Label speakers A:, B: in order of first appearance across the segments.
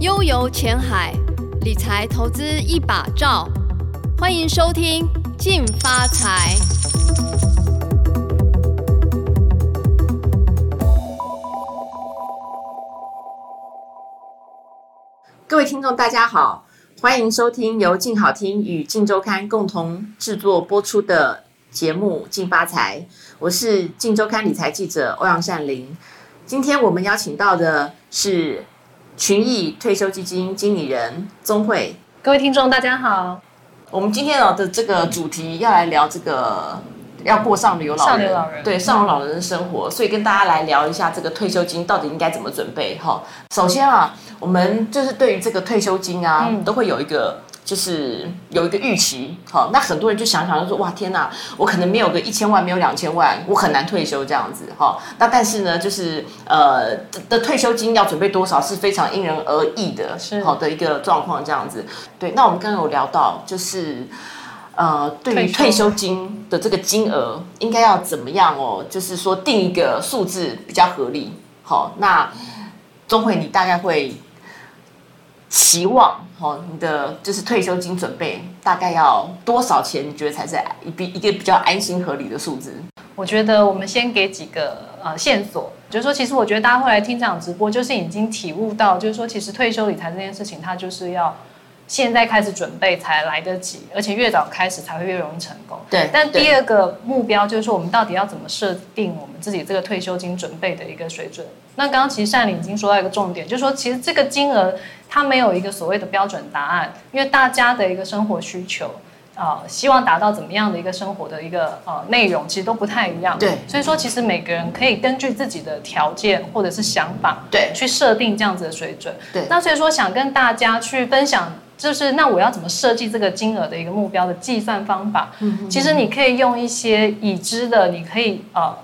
A: 悠游前海，理财投资一把照。欢迎收听《进发财》。
B: 各位听众，大家好，欢迎收听由静好听与静周刊共同制作播出的节目《静发财》，我是静周刊理财记者欧阳善玲。今天我们邀请到的是群益退休基金经理人宗慧。
C: 各位听众，大家好。
B: 我们今天哦的这个主题要来聊这个。要过上流老
C: 上
B: 人，
C: 流老人
B: 对上流老人的生活，所以跟大家来聊一下这个退休金到底应该怎么准备哈。首先啊，我们就是对于这个退休金啊，
C: 嗯
B: 都会有一个。就是有一个预期，好，那很多人就想想就说，哇，天哪，我可能没有个一千万，没有两千万，我很难退休这样子，哈。那但是呢，就是呃的的退休金要准备多少是非常因人而异的，
C: 是
B: 好的一个状况这样子。对，那我们刚刚有聊到，就是呃，对于
C: 退休
B: 退休金的这个金额应该要怎么样哦？就是说定一个数字比较合理。好，那钟慧，你大概会期望哦，你的就是退休金准备大概要多少钱？你觉得才是一笔一个比较安心合理的数字？
C: 我觉得我们先给几个呃线索，就是说，其实我觉得大家会来听这场直播，就是已经体悟到，就是说，其实退休理财这件事情，它就是要现在开始准备才来得及，而且越早开始才会越容易成功。
B: 对
C: 但
B: 对
C: 第二个目标就是说，我们到底要怎么设定我们自己这个退休金准备的一个水准？那刚刚其实善玲已经说到一个重点，就是说，其实这个金额它没有一个所谓的标准答案，因为大家的一个生活需求。呃，希望达到怎么样的一个生活的一个呃内容，其实都不太一样。
B: 对
C: 所以说其实每个人可以根据自己的条件或者是想法，
B: 对
C: 去设定这样子的水准。
B: 对
C: 那所以说想跟大家去分享，就是那我要怎么设计这个金额的一个目标的计算方法？嗯，其实你可以用一些已知的，你可以呃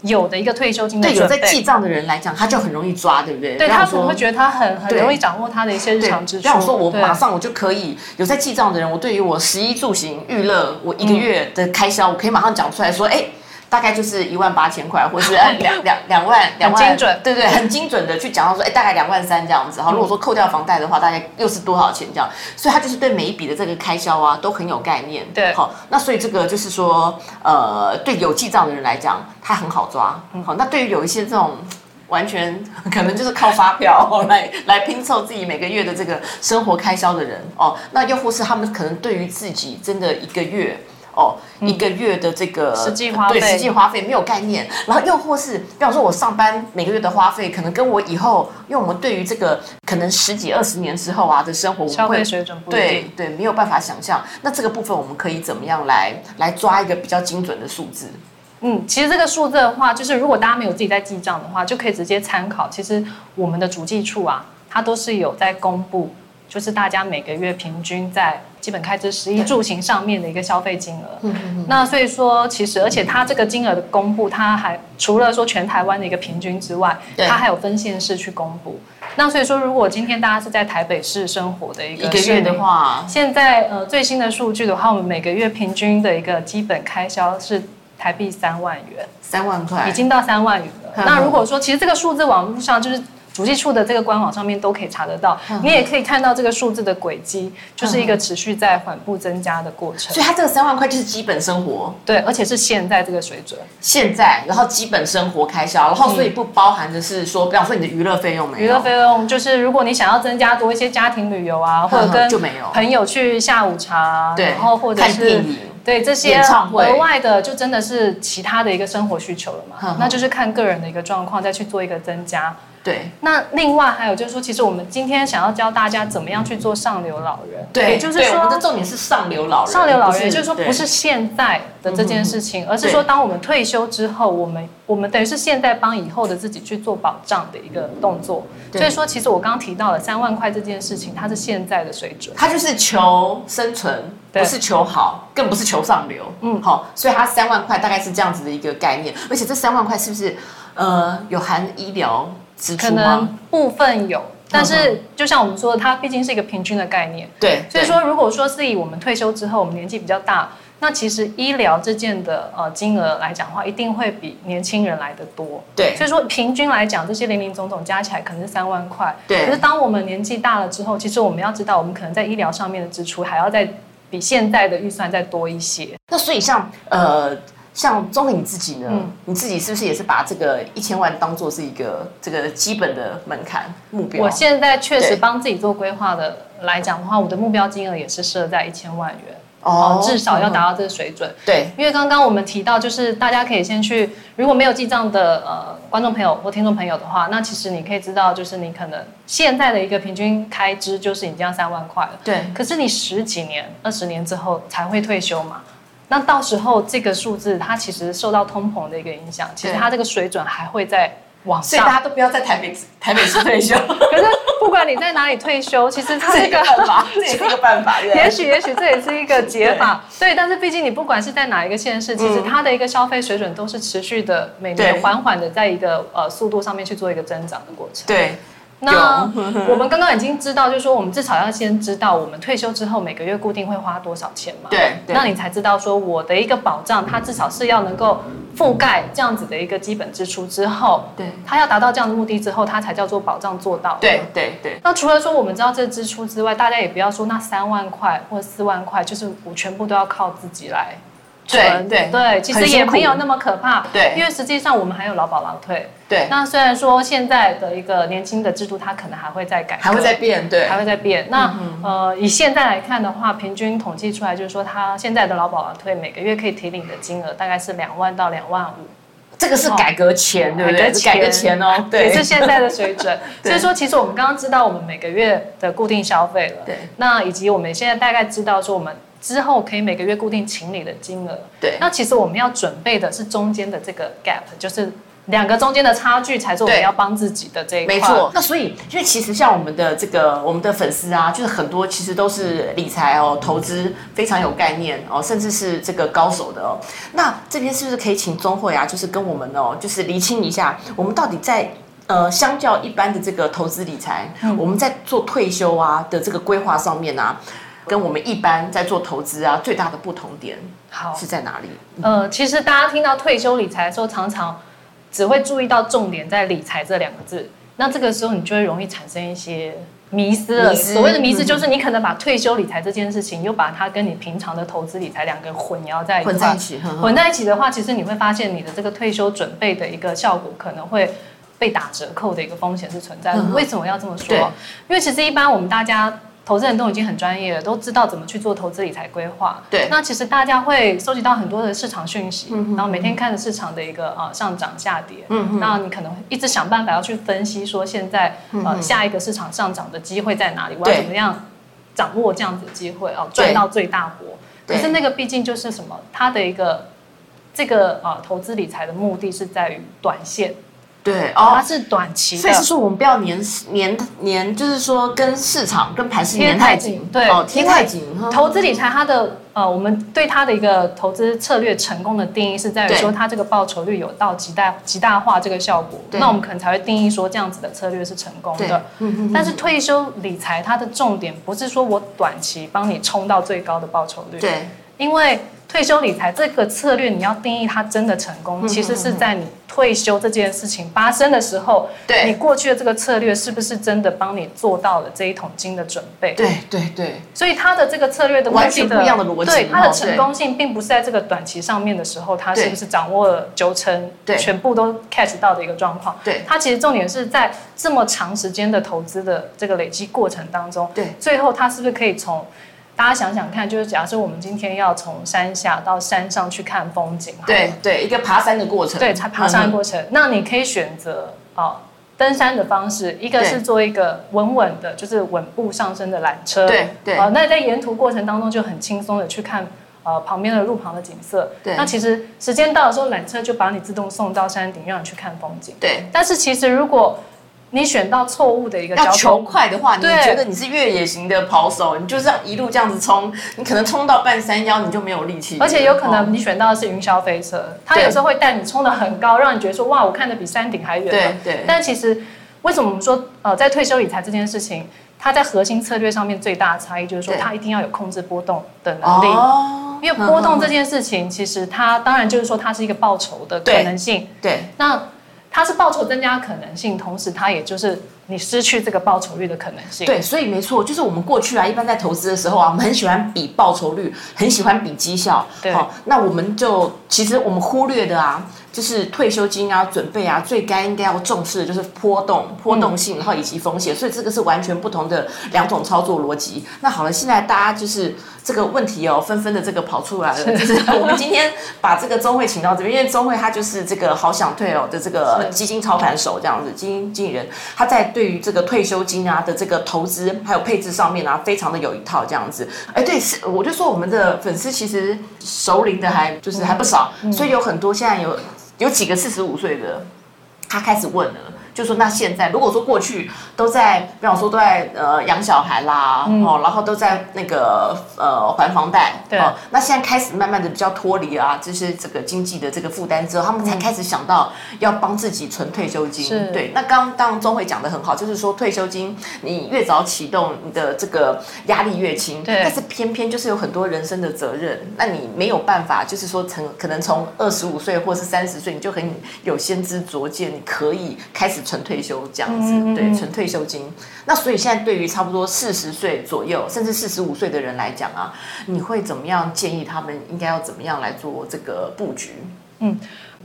C: 有的一个退休金的
B: 对有
C: 准
B: 在
C: 备。
B: 记账的人来讲，他就很容易抓，对不对？
C: 对
B: 让
C: 他
B: 我
C: 可能会
B: 说
C: 觉得他很很
B: 对
C: 容易掌握他的一些日
B: 对
C: 常支，出。
B: 让我说我
C: 对
B: 马上我就可以有在记账的人，我对于我食衣住行、娱乐，我
C: 嗯
B: 一个月的开销，我可以马上讲出来说，哎。大概就是一万八千块，或是 哎两两两万两万，
C: 精准嗯
B: 对对，很精准的去讲到说，哎，大概两万三这样子。好，如果说扣掉房贷的话，大概又是多少钱这样？所以他就是对每一笔的这个开销啊，都很有概念。
C: 对
B: 好，那所以这个就是说，呃，对有记账的人来讲，他很好抓。
C: 嗯
B: 好，那对于有一些这种完全 可能就是靠发票 哦来来拼凑自己每个月的这个生活开销的人哦，那又或是他们可能对于自己真的一个月哦、一个月的这个
C: 嗯实际花费
B: 对实际花费没有概念，然后又或是比方说我上班每个月的花费，可能跟我以后，因为我们对于这个可能十几二十年之后啊的生活，我
C: 消
B: 们
C: 费
B: 会
C: 水准不一
B: 对
C: 定。
B: 对没有办法想象。那这个部分我们可以怎么样来来抓一个比较精准的数字？
C: 嗯，其实这个数字的话，就是如果大家没有自己在记账的话，就可以直接参考。其实我们的主计处啊，它都是有在公布，就是大家每个月平均在基本开支、食衣住行上面的一个消费金
B: 嗯
C: 额。那所以说，其实而且它这个金额的公布，它还除了说全台湾的一个平均之外，
B: 对
C: 它还有分县市去公布。那所以说，如果今天大家是在台北市生活的一
B: 一
C: 个
B: 个
C: 市
B: 月
C: 民
B: 的话，
C: 现在呃最新的数据的话，我们每个月平均的一个基本开销是台币三万元，
B: 三万块
C: 已经到三万元了。
B: 哎嗯
C: 那如果说其实这个数字网络上就是。主计处的这个官网上面都可以查得到，
B: 嗯
C: 你也可以看到这个数字的轨迹，就是一个持续在缓步增加的过程
B: 所。以他这个三万块就是基本生活，
C: 对，而且是现在这个水准，
B: 现在，然后基本生活开销，然后所以不包含的是说，比方说你的娱乐费用没有，
C: 娱乐费用就是如果你想要增加多一些家庭旅游啊，或者
B: 嗯
C: 跟
B: 就没有
C: 朋友去下午茶，
B: 对，
C: 然后或者
B: 看
C: 是
B: 电影，
C: 对这些
B: 演唱会
C: 额外的，就真的是其他的一个生活需求了嘛？
B: 哼哼
C: 那就是看个人的一个状况，再去做一个增加。
B: 对
C: 那另外还有就是说，其实我们今天想要教大家怎么样去做上流老人，
B: 对，
C: 也就是
B: 对我们的
C: 说。
B: 重点是上流老人，
C: 上流老人，
B: 不嗯
C: 也就是说，不是现在的这件事情，而是说，
B: 对
C: 当我们退休之后，我们我们等于是现在帮以后的自己去做保障的一个动作。
B: 对
C: 所以说，其实我刚刚提到了三万块这件事情，它是现在的水准。
B: 他就是求生存，
C: 对
B: 不是求好，更不是求上流。嗯，
C: 嗯
B: 好，所以他三万块大概是这样子的一个概念，而且这三万块是不是呃有含医疗支
C: 可
B: 出
C: 能
B: 吗？
C: 部分有，但
B: 嗯
C: 是就像我们说的，它毕竟是一个平均的概念。
B: 对，
C: 所
B: 对
C: 以说，如果说是以我们退休之后，我们年纪比较大，那其实医疗这件的呃金额来讲的话，一定会比年轻人来的多。
B: 对
C: 所以说平均来讲，这些零零总总加起来可能是三万块。
B: 对
C: 可是当我们年纪大了之后，其实我们要知道，我们可能在医疗上面的支出还要再比现在的预算再多一些。
B: 那所以像呃，像钟林你自己呢，
C: 嗯
B: 你自己是不是也是把这个一千万当做是一个这个基本的门槛目标？
C: 我现在确
B: 对
C: 实帮自己做规划的来讲的话，我的目标金额也是设在一千万元，
B: 哦
C: 至少要
B: 嗯
C: 达到这个水准。
B: 对
C: 因为刚刚我们提到，就是大家可以先去，如果没有记账的呃观众朋友或听众朋友的话，那其实你可以知道，就是你可能现在的一个平均开支就是已经要三万块了，
B: 对
C: 可是你十几年、二十年之后才会退休嘛。那到时候这个数字，它其实受到通膨的一个影响，其实
B: 对
C: 它这个水准还会在往
B: 所以大
C: 上。
B: 家都不要在台北台北市 退休，
C: 可是不管你在哪里退休，其实它
B: 这
C: 这
B: 一 个
C: 个
B: 办法，这也是一个办法，对不对
C: 也许，也许这也是一个解法，对。但是毕竟你不管是在哪一个县市，其实
B: 嗯
C: 它的一个消费水准都是持续的，每年
B: 对
C: 缓缓的在一个呃速度上面去做一个增长的过程。
B: 对
C: 那
B: 嗯
C: 我们刚刚已经知道，就是说我们至少要先知道我们退休之后每个月固定会花多少钱嘛？
B: 对对
C: 那你才知道说我的一个保障，它至少是要能够覆盖这样子的一个基本支出之后，
B: 对
C: 它要达到这样的目的之后，它才叫做保障做到。
B: 对对对
C: 那除了说我们知道这支出之外，大家也不要说那三万块或四万块，就是我全部都要靠自己来存。
B: 对
C: 对，其
B: 很
C: 实
B: 辛
C: 也
B: 苦
C: 没有那么可怕。
B: 对
C: 因为实际上我们还有劳保、劳退。
B: 对，
C: 那虽然说现在的一个年轻的制度，它可能还会再改革，
B: 还会再嗯变，对
C: 还会再变。那、呃，以现在来看的话，平均统计出来就是说，它现在的劳保、劳退每个月可以提领的金额大概是两万到两万五。
B: 这个
C: 哦
B: 是改革前，对不对？是改革前哦，对
C: 也，是现在的水准。
B: 对
C: 所以说，其实我们刚刚知道我们每个月的固定消费了，
B: 对
C: 那以及我们现在大概知道说我们之后可以每个月固定请你的金额，
B: 对
C: 那其实我们要准备的是中间的这个 gap，就是两个中间的差距，才是我们
B: 对
C: 要帮自己的这一块。
B: 没错，，那所以因为其实像我们的这个我们的粉丝啊，就是很多其实都是理财哦、投资非常有概念哦，甚至是这个高手的哦。那这边是不是可以请钟慧啊，就是跟我们哦，就是厘清一下，我们到底在呃，相较一般的这个投资理财，我们在做退休啊的这个规划上面啊，跟我们一般在做投资啊最大的不同点
C: 好，
B: 是在哪里？
C: 呃，其实大家听到退休理财的时候，常常只会注意到重点在“理财”这两个字，那这个时候你就会容易产生一些迷思了。
B: 迷思嗯
C: 所谓的迷思，就是你可能把退休理财这件事情，又把它跟你平常的投资理财两个混淆在一块
B: 混在一起呵呵
C: 混在一起的话，其实你会发现你的这个退休准备的一个效果可能会。被打折扣的一个风险是存在的。
B: 嗯哼
C: 为什么要这么说
B: 对？
C: 因为其实一般我们大家投资人都已经很专业了，都知道怎么去做投资理财规划。
B: 对嗯
C: 那其实大家会收集到很多的市场讯息，然后每天看着市场的一个呃上涨下跌，嗯那你可能一直想办法要去分析说现在呃下一个市场上涨的机会在哪里，
B: 嗯
C: 我
B: 对
C: 要怎么样掌握这样子的机会哦，
B: 对
C: 赚到最大波。
B: 对
C: 可是那个毕竟就是什么，它的一个这个呃投资理财的目的是在于短线，
B: 对
C: 它
B: 哦。
C: 是短期的，
B: 所以是说，我们不要粘粘粘，就是说跟市场跟盘势粘太紧，
C: 对，
B: 哦，贴太紧
C: 因，为
B: 呵呵
C: 投资理财它的呃，我们对它的一个投资策略成功的定义是在于
B: 对
C: 说它这个报酬率有到极大极大化这个效果，
B: 对
C: 那我们可能才会定义说这样子的策略是成功
B: 对嗯
C: 的。但是退休理财它的重点不是说我短期帮你冲到最高的报酬率，
B: 对，
C: 因为退休理财这个策略，你要定义它真的成
B: 嗯
C: 功，其实是在你退休这件事情发生的时候，
B: 对
C: 你过去的这个策略是不是真的帮你做到了这一桶金的准备？
B: 对对对
C: 所以它的这个策略的目的
B: 完全不一样的逻辑
C: 对它的
B: 哦
C: 成功性并不是在这个短期上面的时候，它
B: 对
C: 是不是掌握了九成，
B: 对
C: 全部都 catch 到的一个状况。
B: 对
C: 它其实重点是在这么长时间的投资的这个累积过程当中，
B: 对
C: 最后它是不是可以从大家想想看，就是假设我们今天要从山下到山上去看风景，好了
B: 对嗯对，一个爬山的过程，
C: 对，才爬山的
B: 程，
C: 过程。那你可以选择哦，登山的方式，一个是做一个稳稳的，就是稳步上升的缆车。
B: 对嗯对
C: 哦，那在沿途过程当中就很轻松的去看。呃，旁边的路旁的景色，
B: 对
C: 那其实时间到的时候，缆车就把你自动送到山顶，让你去看风景。
B: 对。
C: 但是其实如果你选到错误的一个交
B: 要
C: 通
B: 求快的话，你
C: 对
B: 觉得你是越野型的跑手，你就这样一路这样子冲，你可能冲到半山腰你就没有力气了，
C: 而且有可能
B: 哦
C: 你选到的是云霄飞车，它
B: 对
C: 有时候会带你冲得很高，让你觉得说哇，我看得比山顶还远了。
B: 对对
C: 但其实为什么我们说呃，在退休理财这件事情，它在核心策略上面最大的差异就是说，
B: 对
C: 它一定要有控制波动的能力。
B: 哦，
C: 因为波动这件事情，其实它当然就是说它是一个报酬的可
B: 对
C: 能性，
B: 对
C: 那它是报酬增加可能性，同时它也就是你失去这个报酬率的可能性。
B: 对，所以没错，就是我们过去啊，一般在投资的时候啊，我们很喜欢比报酬率，很喜欢比绩效。
C: 对
B: 好、那我们就其实我们忽略的啊，就是退休金啊、准备啊，最该应该要重视的就是波动、波动
C: 嗯
B: 性，然后以及风险。所以这个是完全不同的两种操作逻辑。那好了，现在大家就是这个问题哦，纷纷的这个跑出来了。 就是我们今天把这个钟慧请到这边，因为钟慧她就是这个好想退哦的这个
C: 是
B: 基金操盘手这样子，基金经理人，他在对于这个退休金啊的这个投资还有配置上面啊，非常的有一套这样子。哎，对，是我就说我们的粉丝其实熟龄的还就是还不少，
C: 嗯
B: 所以有很多现在有有几个四十五岁的，他开始问了。就说那现在，如果说过去都在，比方说都在呃养小孩啦，哦，然后都在那个呃还房贷，
C: 嗯对
B: 哦，那现在开始慢慢的比较脱离啊，就是这个经济的这个负担之后，他们才开始想到要帮自己存退休金。
C: 嗯是
B: 对，那刚当然钟慧讲的很好，就是说退休金你越早启动，你的这个压力越轻。
C: 对
B: 但是偏偏就是有很多人生的责任，那你没有办法，就是说从可能从二十五岁或是三十岁，你就很有先知灼见，你可以开始存退休这样子，
C: 嗯嗯嗯
B: 对，存退休金。那所以现在对于差不多四十岁左右，甚至四十五岁的人来讲啊，你会怎么样建议他们应该要怎么样来做这个布局？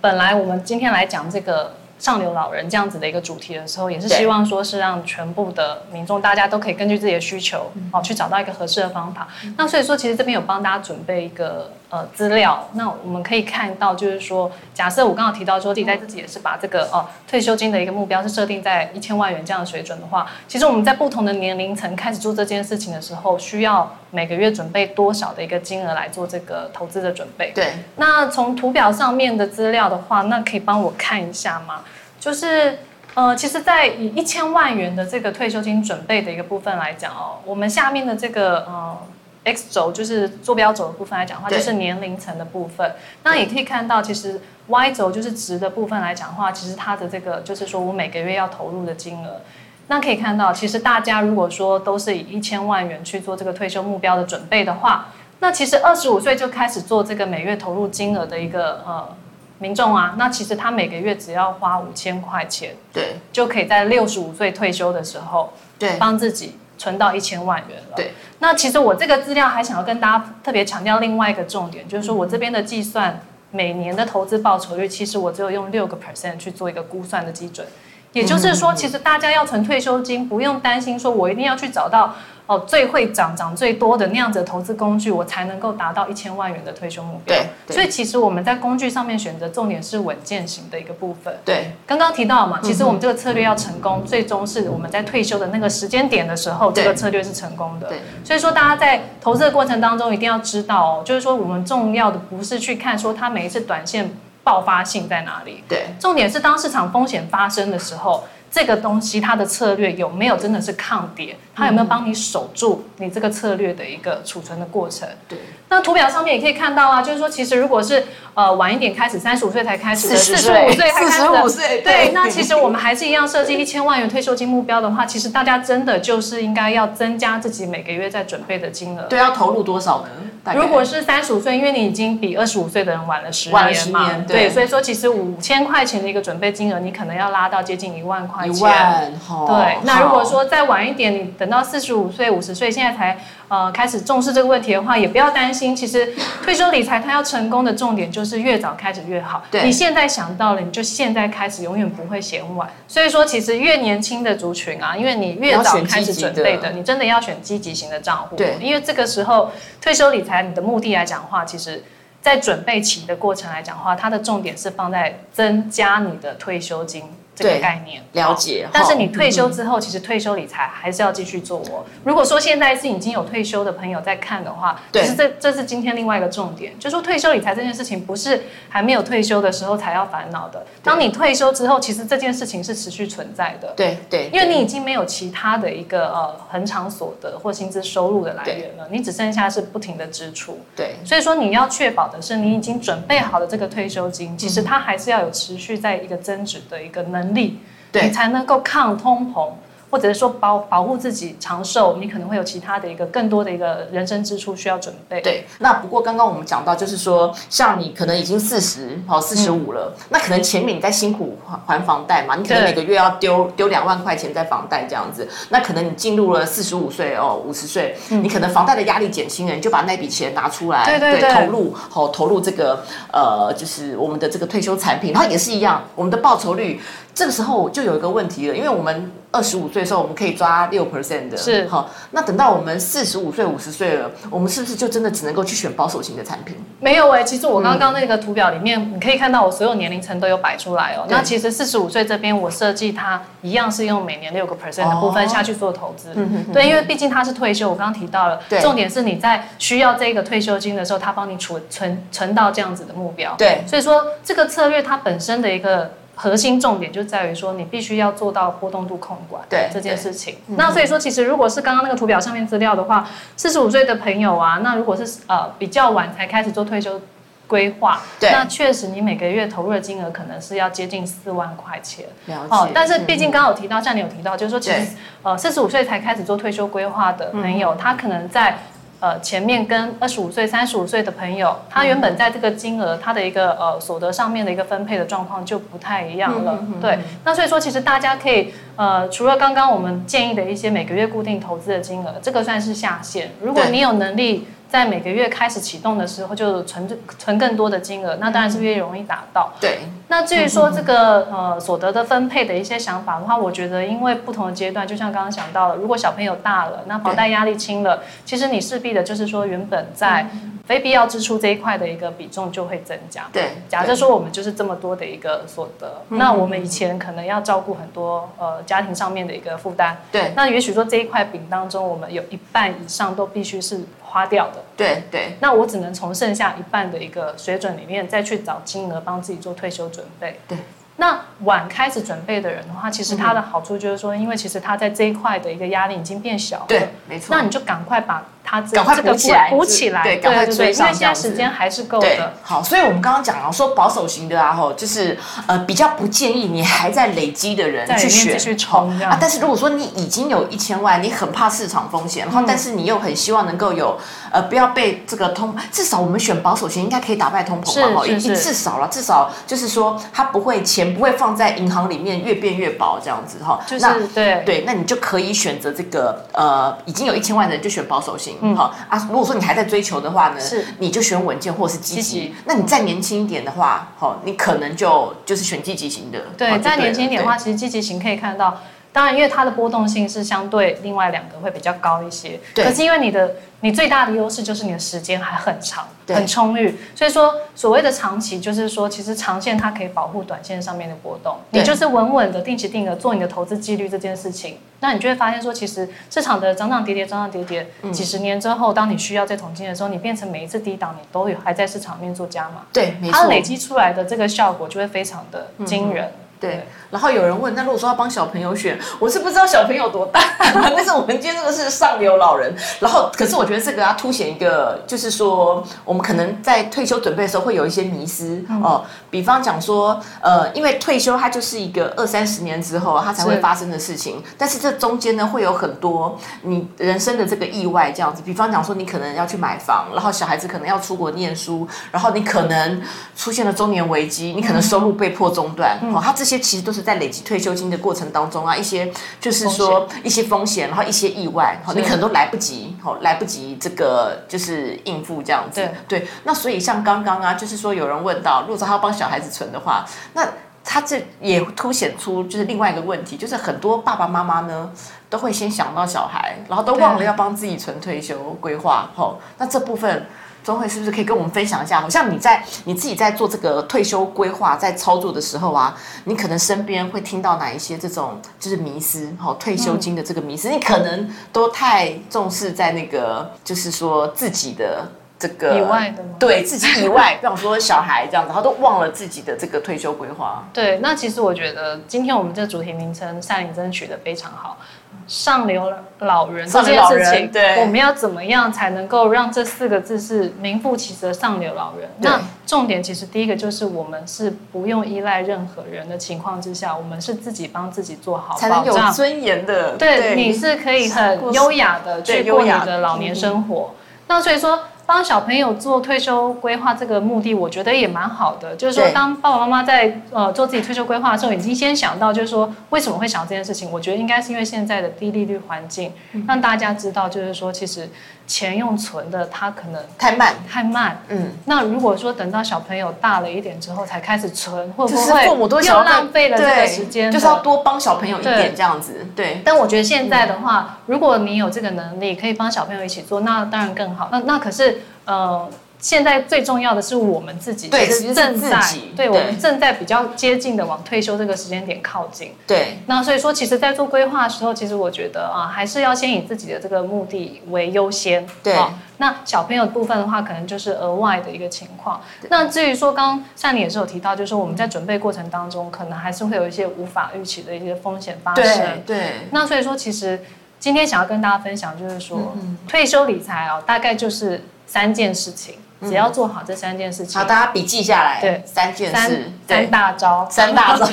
C: 本来我们今天来讲这个上流老人这样子的一个主题的时候，也是
B: 对
C: 希望说是让全部的民众大家都可以根据自己的需求哦去找到一个合适的方法。那所以说，其实这边有帮大家准备一个呃资料，那我们可以看到就是说，假设我刚刚提到说自己在自己也是把这个哦退休金的一个目标是设定在一千万元这样的水准的话，其实我们在不同的年龄层开始做这件事情的时候，需要每个月准备多少的一个金额来做这个投资的准备？
B: 对，
C: 那从图表上面的资料的话，那可以帮我看一下吗？就是呃，其实，在以一千万元的这个退休金准备的一个部分来讲哦，我们下面的这个呃 X 轴就是坐标轴的部分来讲的话，
B: 对
C: 就是年龄层的部分。那也可以看到，其实 Y 轴就是值的部分来讲的话，其实它的这个就是说我每个月要投入的金额。那可以看到，其实大家如果说都是以一千万元去做这个退休目标的准备的话，那其实二十五岁就开始做这个每月投入金额的一个呃民众啊，那其实他每个月只要花五千块钱，
B: 对，
C: 就可以在六十五岁退休的时候
B: 对，
C: 帮自己存到一千万元了。
B: 对，
C: 那其实我这个资料还想要跟大家特别强调另外一个重点，就是说我这边的计算每年的投资报酬率，其实我只有用六个 percent 去做一个估算的基准。也就是说，其实大家要存退休金，不用担心说我一定要去找到哦最会涨、涨最多的那样子的投资工具，我才能够达到一千万元的退休目标。
B: 对，对
C: 所以其实我们在工具上面选择重点是稳健型的一个部分。
B: 对，
C: 刚刚提到嘛，其实我们这个策略要成功，最终是我们在退休的那个时间点的时候，
B: 对
C: 这个策略是成功的
B: 对。
C: 所以说，大家在投资的过程当中一定要知道哦，就是说我们重要的不是去看说它每一次短线爆发性在哪里，
B: 对，
C: 重点是当市场风险发生的时候，这个东西它的策略有没有真的是抗跌，它有没有帮你守住你这个策略的一个储存的过程。
B: 对，
C: 那图表上面也可以看到啊，就是说，其实如果是呃晚一点开始，三十五岁才开始的，
B: 40
C: 四十五岁才开始的，
B: 45岁对
C: 对，那其实我们还是一样设计一千万元退休金目标的话，其实大家真的就是应该要增加自己每个月在准备的金额。
B: 对，要投入多少呢？大概
C: 如果是三十五岁，因为你已经比二十五岁的人晚了十
B: 晚了
C: 年
B: 10
C: 嘛，
B: 年对
C: 对，所以说其实五千块钱的一个准备金额，你可能要拉到接近一万块钱。
B: 一万，哦
C: 对，那如果
B: 好
C: 说再晚一点，你等到四十五岁、五十岁，现在才呃开始重视这个问题的话，也不要担心。其实退休理财它要成功的重点就是越早开始越好。
B: 对
C: 你现在想到了，你就现在开始，永远不会嫌晚。所以说，其实越年轻的族群啊，因为你越早开
B: 要选
C: 始准备
B: 积极的
C: 的，你真的要选积极型的账户。
B: 对
C: 因为这个时候退休理财你的目的来讲的话，其实。在准备期的过程来讲的话，它的重点是放在增加你的退休金这个
B: 对
C: 概念。
B: 了解，
C: 但是
B: 好
C: 你退休之后，其实退休理财还是要继续做哦。如果说现在是已经有退休的朋友在看的话，
B: 对
C: 其实这这是今天另外一个重点，就是说退休理财这件事情不是还没有退休的时候才要烦恼的。当你退休之后，其实这件事情是持续存在的。
B: 对对，
C: 因为
B: 对
C: 你已经没有其他的一个呃恒常所得或薪资收入的来源了，你只剩下是不停的支出。
B: 对
C: 所以说你要确保的是，你已经准备好的这个退休金，
B: 嗯
C: 其实它还是要有持续在一个增值的一个能力，
B: 对
C: 你才能够抗通膨。或者是说保保护自己长寿，你可能会有其他的一个更多的一个人生支出需要准备。
B: 对，那不过刚刚我们讲到，就是说，像你可能已经四十，好四十
C: 嗯
B: 五了，那可能前面你在辛苦还还房贷嘛，你可能
C: 对
B: 每个月要
C: 嗯
B: 丢丢两万块钱在房贷这样子，那可能你进入了四十五岁哦，五十岁，你可能房贷的压力减轻了，你就把那笔钱拿出来，
C: 嗯对对对
B: 投入好、投入这个呃，就是我们的这个退休产品，然后也是一样，我们的报酬率。这个时候就有一个问题了，因为我们二十五岁的时候，我们可以抓六 percent 的，
C: 是
B: 好。那等到我们四十五岁、五十岁了，我们是不是就真的只能够去选保守型的产品？
C: 没有哎、其实我刚刚那个图表里面，你可以看到我所有年龄层都有摆出来
B: 嗯
C: 哦。
B: 对
C: 那其实四十五岁这边，我设计它一样是用每年六个 percent 的部分
B: 哦嗯
C: 下去做投资。对，因为毕竟它是退休，我刚刚提到了
B: 对，
C: 重点是你在需要这个退休金的时候，它帮你储存存到这样子的目标。
B: 对
C: 所以说这个策略它本身的一个核心重点就在于说，你必须要做到波动度控管
B: 对嗯
C: 这件事情。那所以说，其实如果是刚刚那个图表上面资料的话，四十五岁的朋友啊，那如果是呃比较晚才开始做退休。规划，
B: 对
C: 那确实你每个月投入的金额可能是要接近四万块钱
B: 了解嗯
C: 哦。但是毕竟刚刚有提到，像你有提到，就是说其
B: 对嗯
C: 实呃四十五岁才开始做退休规划的朋友，他可能在呃前面跟二十五岁、三十五岁的朋友，他原
B: 嗯
C: 本在这个金额他的一个呃所得上面的一个分配的状况就不太一样
B: 嗯
C: 了。对，那所以说其实大家可以呃除了刚刚我们建议的一些每个月固定投资的金额，这个算是下限。如果
B: 对
C: 你有能力。在每个月开始启动的时候，就存存更多的金额，那当然是
B: 嗯
C: 越容易达到。
B: 对，
C: 那至于说这个呃所得的分配的一些想法的话，我觉得因为不同的阶段，就像刚刚讲到了，如果小朋友大了，那房贷压力轻了，其实你势必的就是说原本在非必要支出这一块的一个比重就会增加。
B: 对
C: 假设
B: 对
C: 说我们就是这么多的一个所得，那我们以前可能要照顾很多呃家庭上面的一个负担，
B: 对
C: 那也许说这一块饼当中，我们有一半以上都必须是花掉的。
B: 对对，
C: 那我只能从剩下一半的一个水准里面再去找金额帮自己做退休准备。
B: 对。嗯
C: 那晚开始准备的人的话，其实他的好处就是说，因为其实他在这一块的一个压力已经变小了，
B: 对没错
C: 那你就赶快把他这
B: 赶快
C: 这个
B: 补起来
C: 补起来，
B: 对
C: 对
B: 赶快
C: 对
B: 追
C: 对，
B: 上
C: 因为现在时
B: 这样
C: 间还是够
B: 对
C: 的，，
B: 好，所以我们刚刚讲啊，说保守型的啊，吼，就是呃比较不建议你还在累积的人
C: 在
B: 去
C: 里面
B: 选
C: 继续冲这
B: 啊
C: 样。。
B: 但是如果说你已经有一千万，你很怕市场风险，然
C: 嗯
B: 后但是你又很希望能够有呃不要被这个通，至少我们选保守型应该可以打败通膨嘛，
C: 是
B: 哈，
C: 是
B: 一
C: 是
B: 至少了，至少就是说它不会钱不会放在银行里面越变越薄这样子哈，
C: 就
B: 那
C: 是对
B: 对，那你就可以选择这个呃，已经有一千万的人就选保守型，好、啊。如果说你还在追求的话呢，
C: 嗯是
B: 你就选稳健或是积极。
C: 积极
B: 那你再年轻一点的话，好、你可能就就是选积极型的。好
C: 对，
B: 就
C: 在年轻一点的话，
B: 了，
C: 其实积极型可以看到，当然因为它的波动性是相对另外两个会比较高一些。
B: 对
C: 可是因为你的你最大的优势就是你的时间还很长、
B: 对
C: 很充裕，所以说所谓的长期就是说，其实长线它可以保护短线上面的波动，
B: 对
C: 你就是稳稳的定期定额做你的投资纪律这件事情，那你就会发现说，其实市场的涨涨跌跌、涨涨跌跌，几十年之后，当你需要再统计的时候，你变成每一次低档你都有还在市场面做加码。
B: 对，没
C: 它
B: 错。嗯
C: 累积出来的这个效果就会非常的惊人。
B: 对，然后有人问，那如果说要帮小朋友选，我是不知道小朋友多大， 但是我们今天这个是上流老人。然后，可是我觉得这个要凸显一个，就是说我们可能在退休准备的时候会有一些迷失哦、比方讲说，呃，因为退休它就是一个二三十年之后它才会
C: 是
B: 发生的事情，但是这中间呢会有很多你人生的这个意外这样子。比方讲说，你可能要去买房，然后小孩子可能要出国念书，然后你可能出现了中年危机，你可能收入被迫中断，哦，它这些其实都是在累积退休金的过程当中啊，一些就是说一些风险，然后一些意外，哦，你可能都来不及，哦，来不及这个就是应付这样子。对，那所以像刚刚啊，就是说有人问到，如果说他要帮小孩子存的话，那他这也凸显出就是另外一个问题，就是很多爸爸妈妈呢都会先想到小孩，然后都忘了要帮自己存退休规划。吼、那这部分钟慧是不是可以跟我们分享一下？好像你在你自己在做这个退休规划在操作的时候啊，你可能身边会听到哪一些这种就是迷思，吼、退休金的这个迷思，你可能都太重视在那个就是说自己的。这个
C: 以外的吗
B: 对自己以外，比方说小孩这样子，他都忘了自己的这个退休规划。
C: 对，那其实我觉得今天我们这个主题名称“善龄”真的取得非常好。上流老人这
B: 上流
C: 件
B: 老人
C: 事情，
B: 对
C: 我们要怎么样才能够让这四个字是名副其实的上流老人？
B: 对
C: 那重点其实第一个就是我们是不用依赖任何人的情况之下，我们是自己帮自己做好
B: 才能
C: 保
B: 有
C: 障。
B: 尊严的，
C: 对，你是可以很优雅的
B: 对
C: 去过
B: 优
C: 你
B: 雅嗯
C: 的老年生活。那所以说，帮小朋友做退休规划这个目的，我觉得也蛮好的。就是说
B: 对，
C: 当爸爸妈妈在呃做自己退休规划的时候，已经先想到，就是说为什么会想这件事情？我觉得应该是因为现在的低利率环境，
B: 嗯
C: 让大家知道，就是说，其实钱用存的，它可能
B: 太慢，
C: 太慢。
B: 嗯，
C: 那如果说等到小朋友大了一点之后才开始存，会
B: 就
C: 不
B: 是
C: 会
B: 父母都想
C: 又
B: 要
C: 浪费了这个
B: 对
C: 时间了？
B: 就是要多帮小朋友一
C: 对
B: 点这样子，对，
C: 但我觉得现在的话，如果你有这个能力，可以帮小朋友一起做，那当然更好。那那可是呃，现在最重要的是我们自己，
B: 对其
C: 其实
B: 实是
C: 正在
B: 自己对
C: 对我们正在比较接近的往退休这个时间点靠近。
B: 对，
C: 那所以说，其实，在做规划的时候，其实我觉得啊，还是要先以自己的这个目的为优先。
B: 对
C: 啊那小朋友的部分的话，可能就是额外的一个情况。那至于说，刚刚善你也是有提到，就是说我们在准备过程当中，可能还是会有一些无法预期的一些风险发生
B: 对，。对，
C: 那所以说，其实今天想要跟大家分享，就是说、
B: 嗯
C: 退休理财哦，大概就是三件事情，只要做好这三件事情，
B: 嗯好，大家笔记下来，
C: 对
B: 三件
C: 三
B: 事，
C: 三
B: 对，
C: 大招，
B: 三大 招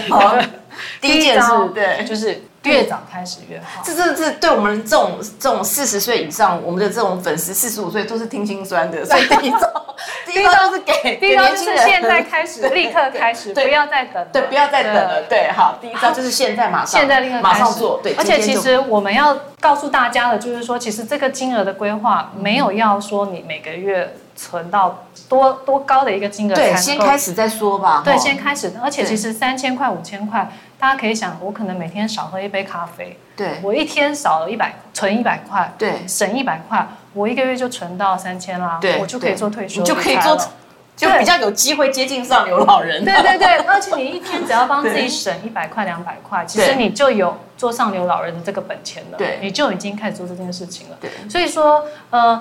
B: 第一件
C: 招
B: 事，对，
C: 就是越早开始越好。
B: 这这这对我们这种这种四十岁以上，我们的这种粉丝四十五岁都是听心酸 的，所以第一招，第一招就是给
C: 第
B: 给
C: 一招
B: 年
C: 就
B: 轻
C: 是
B: 人，
C: 现在开始，立刻开始，
B: 对
C: 不要再等了，
B: 对，不要再等了，对，好，第一招就是现在马上，
C: 现在立刻
B: 马
C: 开始
B: 上做，对，
C: 而且
B: 今
C: 其
B: 天就
C: 实我们要告诉大家的就是说，其实这个金额的规划没有要说你每个月存到多多高的一个金额才能
B: 对，
C: 够
B: 先开始再说吧，
C: 对，
B: 哈
C: 先开始。而且
B: 哦对
C: 其实三千块、五千块，大家可以想，我可能每天少喝一杯咖啡，
B: 对
C: 我一天少了一百，存一百块，
B: 对，
C: 省一百块，我一个月就存到三千啦，
B: 对
C: 我就可以
B: 对
C: 做退休
B: 你
C: 理财了，
B: 就可以做就比较有机会接近上流老人，
C: 对对对，而且你一天只要帮自己
B: 对
C: 省一百块、两百块，其
B: 对
C: 实你就有做上流老人的这个本钱了，
B: 对
C: 你就已经开始做这件事情了。
B: 对
C: 所以说，呃，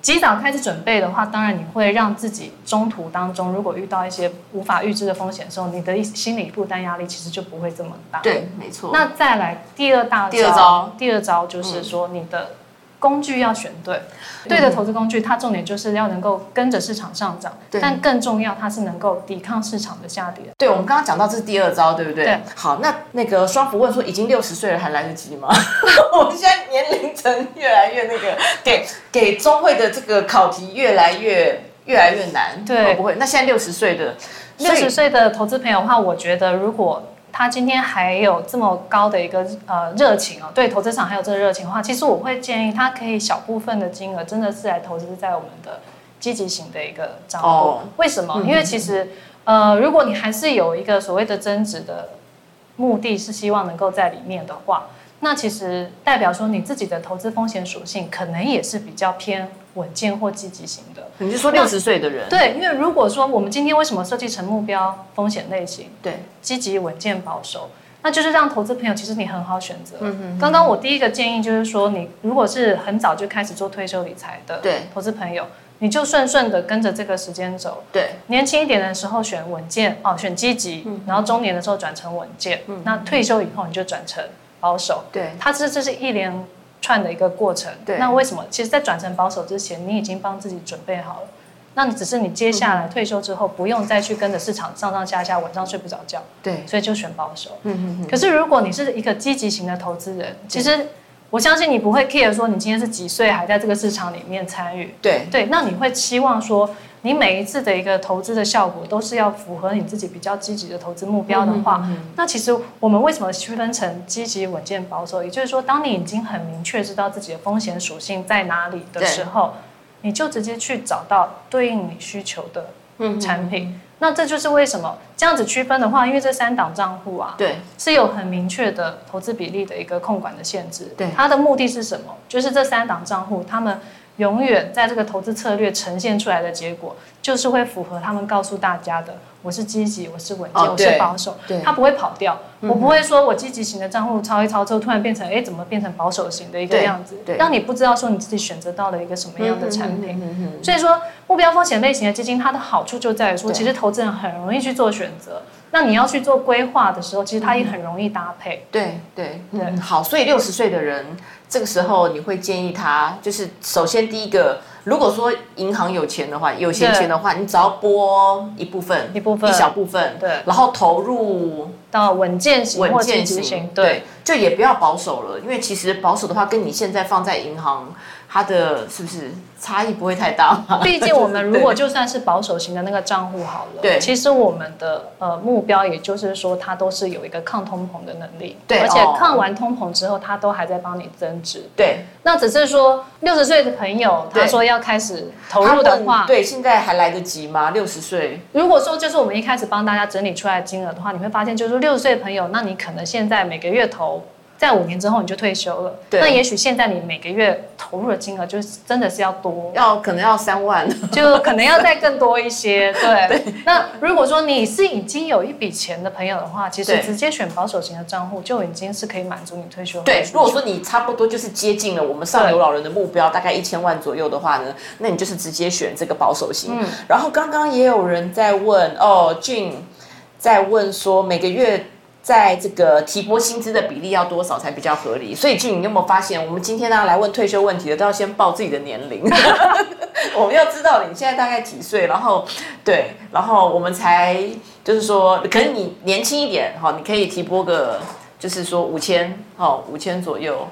C: 及早开始准备的话，当然你会让自己中途当中，如果遇到一些无法预知的风险的时候，你的一心理负担压力其实就不会这么大。。
B: 对，没错，
C: 那再来第二大招，
B: 第二招
C: 第二招就是说你的工具要选对，
B: 嗯
C: 对的投资工具，它重点就是要能够跟着市场上涨，
B: 对
C: 但更重要，它是能够抵抗市场的下跌。
B: 对，我们刚刚讲到这是第二招，对不对？
C: 对。
B: 好，那那个双福问说，已经六十岁了还来得及吗？ 我们现在年龄层越来越那个，给给中会的这个考题越来越越来越难，哦
C: 对
B: 会不会？那现在六十岁的，
C: 六十
B: 所以
C: 岁的投资朋友的话，我觉得如果他今天还有这么高的一个呃热情哦，对投资市场还有这个热情的话，其实我会建议他可以小部分的金额真的是来投资在我们的积极型的一个账户。
B: 哦
C: 为什么？因为其实呃，如果你还是有一个所谓的增值的目的是希望能够在里面的话，那其实代表说你自己的投资风险属性可能也是比较偏稳健或积极型的。
B: 你就说
C: 那
B: 六十岁的 人，
C: 对，因为如果说我们今天为什么设计成目标风险类型，
B: 对
C: 积极、稳健、保守，那就是让投资朋友其实你很好选择。刚刚我第一个建议就是说，你如果是很早就开始做退休理财的
B: 对
C: 投资朋友，你就顺顺的跟着这个时间走。
B: 对
C: 年轻一点的时候选稳健哦，选积极，然后中年的时候转成稳健，那退休以后你就转成保守。
B: 对
C: 它这这是一连串的一个过程。
B: 对
C: 那为什么？其实，在转成保守之前，你已经帮自己准备好了。那你只是你接下来退休之后，不用再去跟着市场上上下下，晚上睡不着觉，
B: 对，
C: 所以就选保守。
B: 嗯嗯嗯，
C: 可是如果你是一个积极型的投资人，其实我相信你不会 care 说你今天是几岁还在这个市场里面参与，
B: 对
C: 对，那你会期望说，你每一次的一个投资的效果都是要符合你自己比较积极的投资目标的
B: 嗯
C: 话，那其实我们为什么区分成积极、稳健、保守？也就是说，当你已经很明确知道自己的风险属性在哪里的
B: 对
C: 时候，你就直接去找到对应你需求的产品。那这就是为什么这样子区分的话，因为这三档账户啊，
B: 对
C: 是有很明确的投资比例的一个控管的限制。
B: 对
C: 它的目的是什么？就是这三档账户，他们永远在这个投资策略呈现出来的结果，就是会符合他们告诉大家的。我是积极，我是稳健，
B: 哦
C: 我
B: 对
C: 是保守
B: 对，嗯
C: 它不会跑掉。我不会说我积极型的账户抄一抄之后，突然变成哎怎么变成保守型的一个
B: 对
C: 样子
B: 对，
C: 让你不知道说你自己选择到了一个什么样的产品。
B: 嗯嗯
C: 所以说，目标风险类型的基金，它的好处就在于说，
B: 对
C: 其实投资人很容易去做选择。那你要去做规划的时候，其实它也很容易搭配。
B: 对对
C: 对
B: 嗯，好，所以六十岁的人，这个时候你会建议他，就是首先第一个，如果说银行有钱的话，有闲
C: 对
B: 钱的话，你只要拨一部分，
C: 一部分
B: 一小部分，
C: 对
B: 然后投入
C: 到稳健型
B: 稳
C: 或积
B: 健
C: 极
B: 型
C: 型，，对，，
B: 就也不要保守了，因为其实保守的话，跟你现在放在银行，它的是不是差异不会太大嘛？
C: 毕竟我们如果
B: 对
C: 就算是保守型的那个账户好了，
B: 对
C: 其实我们的呃目标，也就是说它都是有一个抗通膨的能力，
B: 对
C: 而且
B: 哦
C: 抗完通膨之后，它都还在帮你增值。
B: 对
C: 那只是说六十岁的朋友，
B: 对
C: 他说要开始投入的
B: 他
C: 话
B: 问，对，现在还来得及吗？六十岁，
C: 如果说就是我们一开始帮大家整理出来的金额的话，你会发现，就是六十岁的朋友，那你可能现在每个月投，在五年之后你就退休了。
B: 对
C: 那也许现在你每个月投入的金额就是真的是要多，
B: 要可能要三万，
C: 就可能要再更多一些。对。那如果说你是已经有一笔钱的朋友的话，其实
B: 对
C: 直接选保守型的账户就已经是可以满足你退休后的
B: 对
C: 需，求
B: 如果说你差不多就是接近了我们上流老人的目标，大概一千万左右的话呢，那你就是直接选这个保守型。
C: 嗯
B: 然后刚刚也有人在问哦俊在问说每个月。在这个提拨薪资的比例要多少才比较合理？所以俊，你有没有发现，我们今天呢、来问退休问题的，都要先报自己的年龄， 我们要知道你现在大概几岁，然后对，然后我们才就是说，可能你年轻一点哈，你可以提拨个就是说五千，哦，五千左右，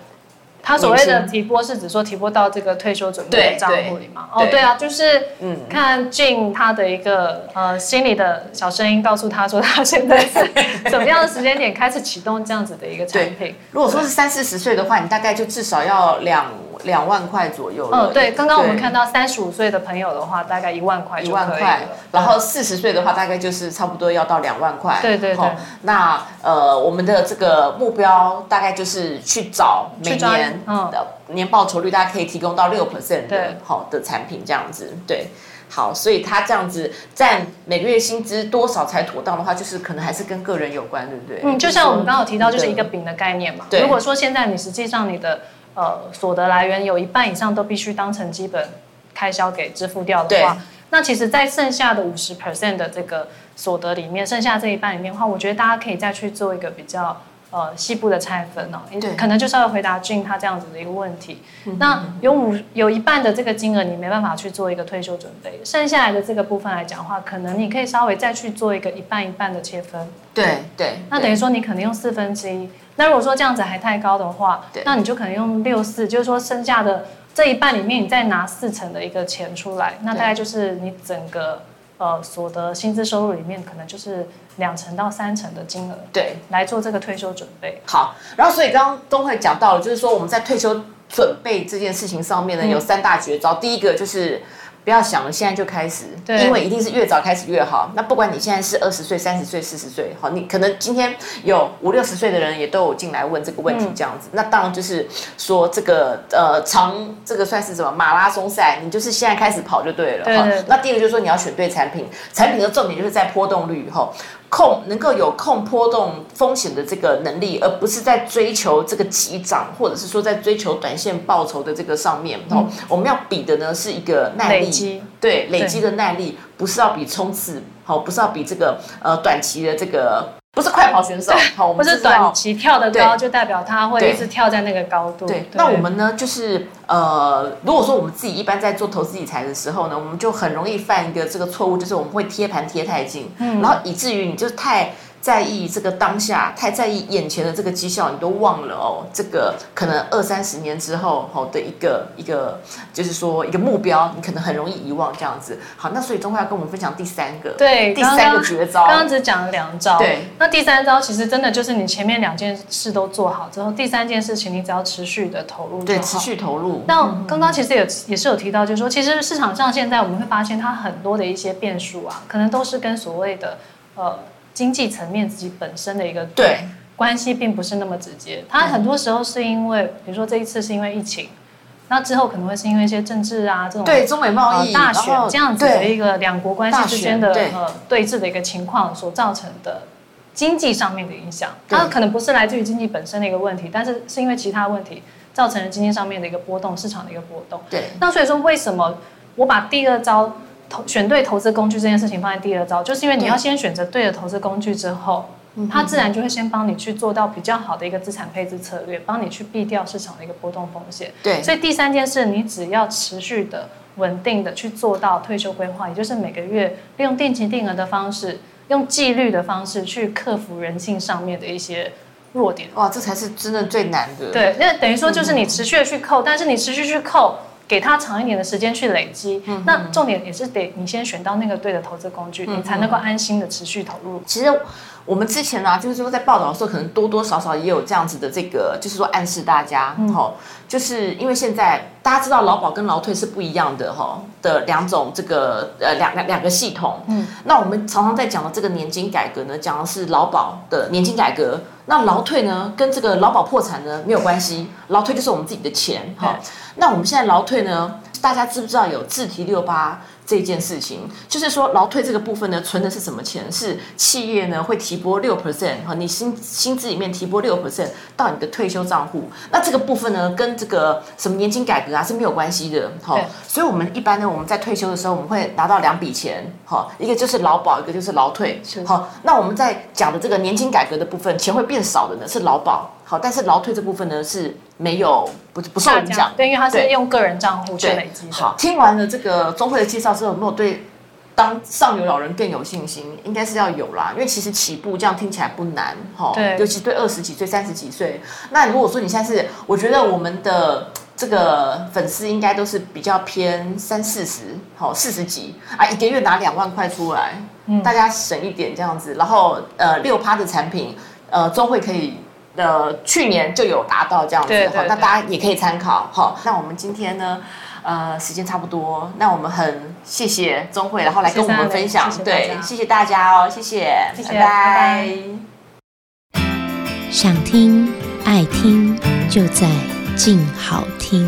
C: 他所谓的
B: 年
C: 提拨是指说提拨到这个退休准备
B: 对
C: 的账户
B: 对
C: 里嘛？哦，
B: 对
C: 对啊，就是
B: 嗯
C: 看俊他的一个呃心里的小声音告诉他说，他现 在是怎么样的时间点开始启动这样子的一个产品。
B: 如果说是三四十岁的话，你大概就至少要两两万块左右了。
C: 嗯，对，刚刚我们看到三十五岁的朋友的话，大概一万块
B: 一
C: 就
B: 万
C: 可以
B: 块
C: 了。，
B: 然后四十岁的话，大概就是差不多要到两万块。
C: 对对对
B: 齁那呃，我们的这个目标大概就是去找每
C: 去抓
B: 年
C: 嗯
B: 的年报酬率，大家可以提供到六 percent 的
C: 对
B: 好的产品这样子。对，好，所以他这样子占每个月薪资多少才妥当的话，就是可能还是跟个人有关，对不对？
C: 嗯，就像我们刚刚有提到，就是一个
B: 对
C: 饼的概念嘛。
B: 对
C: 如果说现在你实际上你的呃所得来源有一半以上都必须当成基本开销给支付掉的话
B: 对，
C: 那其实，在剩下的五十 percent 的这个所得里面，剩下这一半里面的话，我觉得大家可以再去做一个比较。呃，细部的拆分哦，
B: 对
C: 可能就稍微回答俊他这样子的一个问题。那有五有一半的这个金额你没办法去做一个退休准备，剩下来的这个部分来讲的话，可能你可以稍微再去做一个一半一半的切分。
B: 对对，
C: 那
B: 对
C: 等于说你可能用四分之一。那如果说这样子还太高的话
B: 对，
C: 那你就可能用六四，就是说剩下的这一半里面，你再拿四成的一个钱出来，那
B: 对
C: 大概就是你整个呃所得薪资收入里面，可能就是两成到三成的金额
B: 对
C: 来做这个退休准备。
B: 好，然后所以刚刚东会讲到了，就是说我们在退休准备这件事情上面呢，
C: 嗯
B: 有三大绝招。第一个就是不要想了，现在就开始，
C: 对
B: 因为一定是越早开始越好。那不管你现在是二十岁、三十岁、四十岁，好，你可能今天有五六十岁的人也都有进来问这个问题，
C: 嗯
B: 这样子。那当然就是说这个呃长这个算是什么马拉松赛，你就是现在开始跑就对了。
C: 对
B: 哈
C: 对对
B: 那第一个就是说你要选对产品，产品的重点就是在波动率后。控能够有控波动风险的这个能力，而不是在追求这个急涨，或者是说在追求短线报酬的这个上面。哦，我们要比的呢是一个耐
C: 嗯累积
B: 力，对累积的耐力，不是要比冲刺，好、不是要比这个呃短期的这个，不是快跑选手，好、我
C: 或
B: 们
C: 是
B: 知道
C: 短期跳得高，
B: 对
C: 就代表他会
B: 对
C: 一直跳在那个高度。
B: 对，那我们呢，就是呃，如果说我们自己一般在做投资理财的时候呢，我们就很容易犯一个这个错误，就是我们会贴盘贴太近，
C: 嗯
B: 然后以至于你就太在意这个当下，太在意眼前的这个绩效，你都忘了哦，这个可能二三十年之后哦的一个一个，就是说一个目标，你可能很容易遗忘这样子。好，那所以钟慧要跟我们分享第三个，
C: 对，
B: 第
C: 刚
B: 三个
C: 刚
B: 绝招，
C: 刚刚只讲了两招，
B: 对。
C: 那第三招其实真的就是你前面两件事都做好之后，第三件事情你只要持续的投入就
B: 对
C: 好。
B: 持续投入，
C: 那刚刚其实也也是有提到，就是说，其实市场上现在我们会发现，它很多的一些变数啊，可能都是跟所谓的呃经济层面自己本身的一个
B: 对
C: 关系并不是那么直接。它很多时候是因为，比如说这一次是因为疫情，那之后可能会是因为一些政治啊这种
B: 对中美贸
C: 呃
B: 易、
C: 大选
B: 然后
C: 这样子的
B: 对
C: 一个两国关系之间的
B: 大选对
C: 呃对峙的一个情况所造成的经济上面的影响，
B: 对
C: 它可能不是来自于经济本身的一个问题，但是是因为其他问题造成了经济上面的一个波动，市场的一个波动。
B: 对
C: 那所以说，为什么我把第二招投选对投资工具这件事情放在第二招，就是因为你
B: 对嗯
C: 要先选择对的投资工具之后，它自然就会先帮你去做到比较好的一个资产配置策略，帮你去避掉市场的一个波动风险。
B: 对
C: 所以第三件事，你只要持续的、稳定的去做到退休规划，也就是每个月利用定期定额的方式，用纪律的方式去克服人性上面的一些弱点。
B: 哇，这才是真的最难的。
C: 对，那等于说就是你持续的去扣，但是你持续去扣，给它长一点的时间去累积。
B: 嗯
C: 那重点也是得你先选到那个对的投资工具，你才能够安心的持续投入。
B: 其实我们之前呢、啊，就是说在报道的时候，可能多多少少也有这样子的这个，就是说暗示大家，
C: 嗯
B: 吼、就是因为现在大家知道劳保跟劳退是不一样的，吼的两种这个呃两两两个系统。嗯，那我们常常在讲的这个年金改革呢，讲的是劳保的年金改革，那劳退呢跟这个劳保破产呢没有关系，劳退就是我们自己的钱，哈、
C: 对
B: 那我们现在劳退呢，大家知不知道有自提六八这件事情？就是说劳退这个部分呢，存的是什么钱？是企业呢会提拨六 percent 哈，你薪薪资里面提拨六 percent 到你的退休账户。那这个部分呢，跟这个什么年金改革啊是没有关系的哈
C: 对。
B: 所以我们一般呢，我们在退休的时候，我们会拿到两笔钱哈，一个就是劳保，一个就是劳退。好，那我们在讲的这个年金改革的部分，钱会变少的呢是劳保。好，但是劳退这部分呢是没有不不受
C: 大
B: 影响
C: 家，对，因为它是
B: 对
C: 用个人账户去
B: 对
C: 累积的。
B: 好，听完了这个钟慧的介绍之后，有没有对当上流老人更有信心？应该是要有啦，因为其实起步这样听起来不难哈。
C: 对
B: 尤其对二十几岁、三十几岁。那如果说你现在是，我觉得我们的。这个粉丝应该都是比较偏三四十，好四十几啊，一个月拿两万块出来，大家省一点这样子，然后呃六趴的产品，呃中会可以呃去年就有达到这样子，
C: 对对
B: 好，那
C: 对
B: 大大家也可以参考。好，那我们今天呢，呃，时间差不多，那我们很谢谢钟慧，然后来跟我们分享，
C: 谢谢大家
B: 对，谢谢大家哦，谢谢，
C: 谢谢
B: 拜
C: 拜
B: 拜
D: 想听爱听就在静好听。